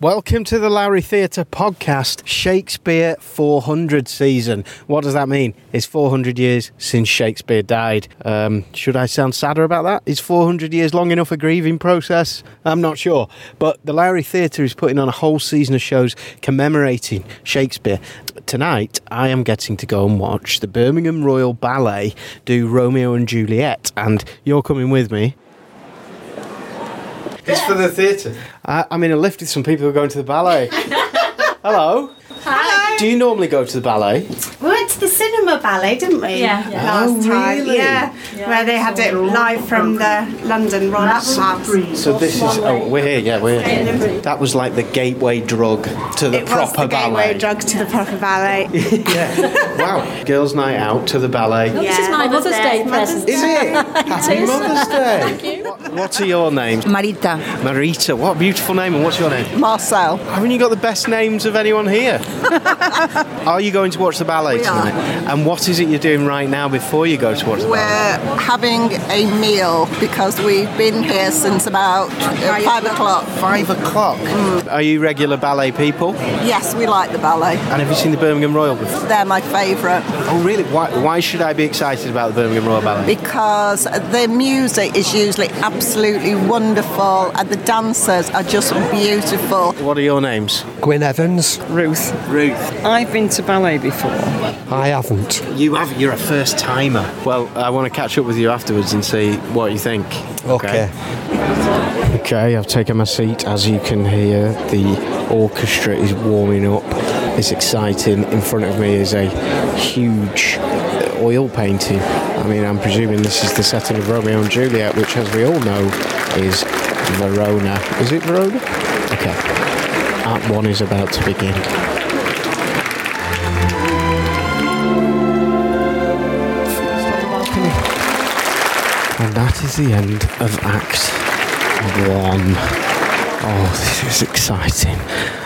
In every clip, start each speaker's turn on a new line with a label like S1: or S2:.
S1: Welcome to the Lowry Theatre podcast, Shakespeare 400 season. What does that mean? It's 400 years since Shakespeare died. Um, should I sound sadder about that? Is 400 years long enough a grieving process? I'm not sure. But the Lowry Theatre is putting on a whole season of shows commemorating Shakespeare. Tonight, I am getting to go and watch the Birmingham Royal Ballet do Romeo and Juliet, and you're coming with me.
S2: It's for the theatre.
S1: I, I'm in a lift with some people who are going to the ballet. Hello. Hi. Do you normally go to the ballet?
S3: We went to the cinema ballet, didn't we?
S4: Yeah. Yeah.
S3: Last
S1: Oh,
S3: time.
S1: really?
S3: Yeah. Where they had it live from the London Ron's house.
S1: So this is oh we're here yeah we're here. That was like the gateway drug to the
S3: It was
S1: proper
S3: the
S1: ballet.
S3: gateway drug to the proper ballet.
S1: Wow, girls' night out to the ballet.
S4: This is my Mother's Day present.
S1: Is it? Happy Mother's Day. What, what are your names?
S5: Marita,
S1: Marita, what a beautiful name, and what's your name?
S5: Marcel.
S1: Haven't you got the best names of anyone here? are you going to watch the ballet tonight? And what is it you're doing right now before you go to watch the
S5: We're
S1: ballet?
S5: having a meal because we've been here since about uh, five o'clock.
S1: Five o'clock. Mm. Are you regular ballet people?
S5: Yes, we like the ballet.
S1: And have you seen the Birmingham Royal before?
S5: They're my favourite
S1: Oh, really? Why, why should I be excited about the Birmingham Royal Ballet?
S5: because their music is usually absolutely wonderful and the dancers are just beautiful.
S1: What are your names?
S6: Gwyn Evans?
S7: Ruth.
S1: Ruth.
S7: I've been to ballet before.
S6: I haven't.
S1: You have. You're a first timer. Well, I want to catch up with you afterwards and see what you think.
S6: Okay.
S1: Okay, I've taken my seat. As you can hear, the orchestra is warming up. It's exciting. In front of me is a huge uh, oil painting. I mean, I'm presuming this is the setting of Romeo and Juliet, which, as we all know, is Verona. Is it Verona? Okay. Act one is about to begin. And that is the end of Act One. Oh, this is exciting.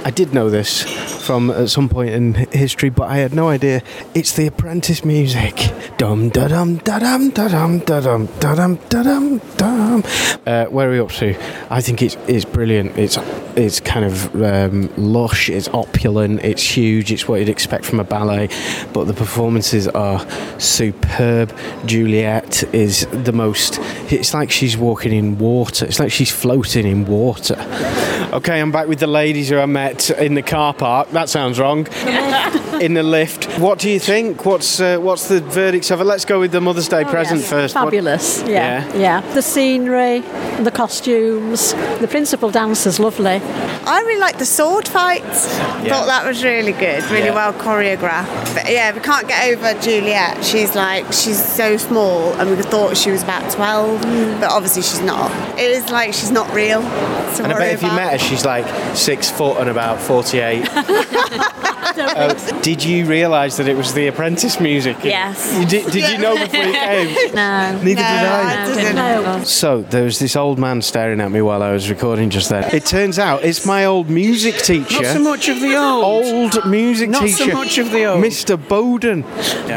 S1: I did know this from at some point in hi- history, but I had no idea. It's the apprentice music. Dum da dum da dum da dum da dum da dum da dum da dum. Uh, where are we up to? I think it's it's brilliant. It's it's kind of um, lush. It's opulent. It's huge. It's what you'd expect from a ballet, but the performances are superb. Juliet is the most. It's like she's walking in water. It's like she's floating in water. Okay, I'm back with the ladies who I met in the car park. That sounds wrong. in the lift. What do you think? What's uh, what's the verdict of it? Let's go with the Mother's Day present first. What-
S4: Fabulous. Yeah.
S1: Yeah.
S4: yeah. The scenery, the costumes, the principal dancer's lovely.
S3: I really liked the sword fights. Thought that was really good, really
S1: Yeah.
S3: well choreographed. But yeah, we can't get over Juliet. She's like she's so small, and we thought she was about twelve, but obviously she's not. It is like she's not real. to
S1: and I
S3: worry
S1: bet if you
S3: about.
S1: met her, she's like six foot and about 48. Uh, did you realise that it was the apprentice music?
S4: Yes.
S1: You did did you know before you came?
S4: No.
S1: Neither did
S3: No,
S1: I.
S3: I didn't.
S4: No.
S1: So there was this old man staring at me while I was recording just then. It turns out it's my old music teacher.
S7: Not so much of the old.
S1: Old music
S7: Not so
S1: teacher,
S7: much of the old.
S1: Mr. Bowden.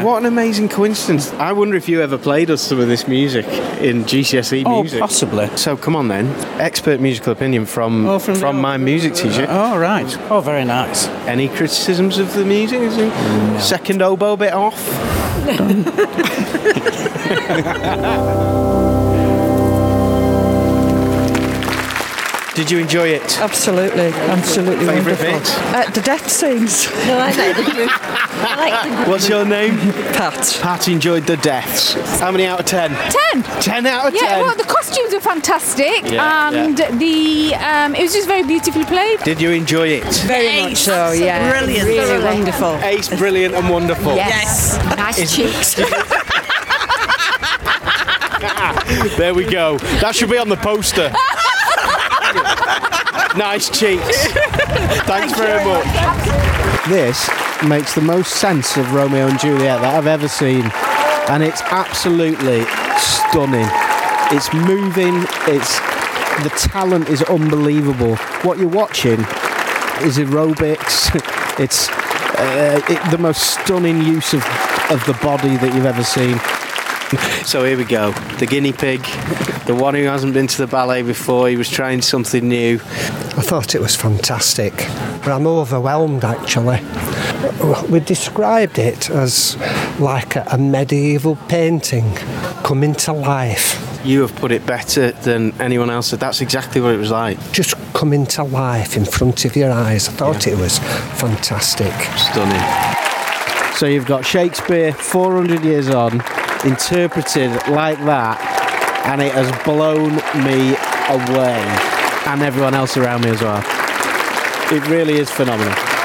S1: What an amazing coincidence! I wonder if you ever played us some of this music in GCSE
S7: Oh,
S1: E music.
S7: possibly.
S1: So come on then, expert musical opinion from
S7: Oh,
S1: from,
S7: from the old-
S1: my music teacher.
S7: Oh, right. Oh, very nice.
S1: Any criticisms of the music? Is it- Second oboe bit off. Did you enjoy it?
S7: Absolutely. Absolutely
S1: Favourite
S7: wonderful.
S1: bit?
S7: Uh, the death scenes.
S4: No, I know the group. I like the
S1: What's your name?
S7: Pat.
S1: Pat enjoyed the deaths. How many out of ten?
S8: Ten.
S1: Ten out of
S8: Yeah,
S1: ten.
S8: well, the costumes were fantastic,
S1: Yeah,
S8: and the um, it was just very beautifully played.
S1: Did you enjoy it?
S7: Very much so, yeah. Brilliant. Really wonderful.
S1: Ace, brilliant and wonderful.
S8: Yes, nice cheeks.
S1: There we go. That should be on the poster. nice cheeks. Thanks very much. This makes the most sense of Romeo and Juliet that I've ever seen, and it's absolutely stunning. It's moving. It's the talent is unbelievable. What you're watching is aerobics. it's uh, it, the most stunning use of of the body that you've ever seen. So here we go. The guinea pig, the one who hasn't been to the ballet before, he was trying something new.
S6: I thought it was fantastic, but I'm overwhelmed actually. We described it as like a medieval painting coming to life.
S1: You have put it better than anyone else. That's exactly what it was like.
S6: Just coming to life in front of your eyes. I thought it was fantastic.
S1: Stunning. So you've got Shakespeare, 400 years on, interpreted like that, and it has blown me away, and everyone else around me as well. It really is phenomenal.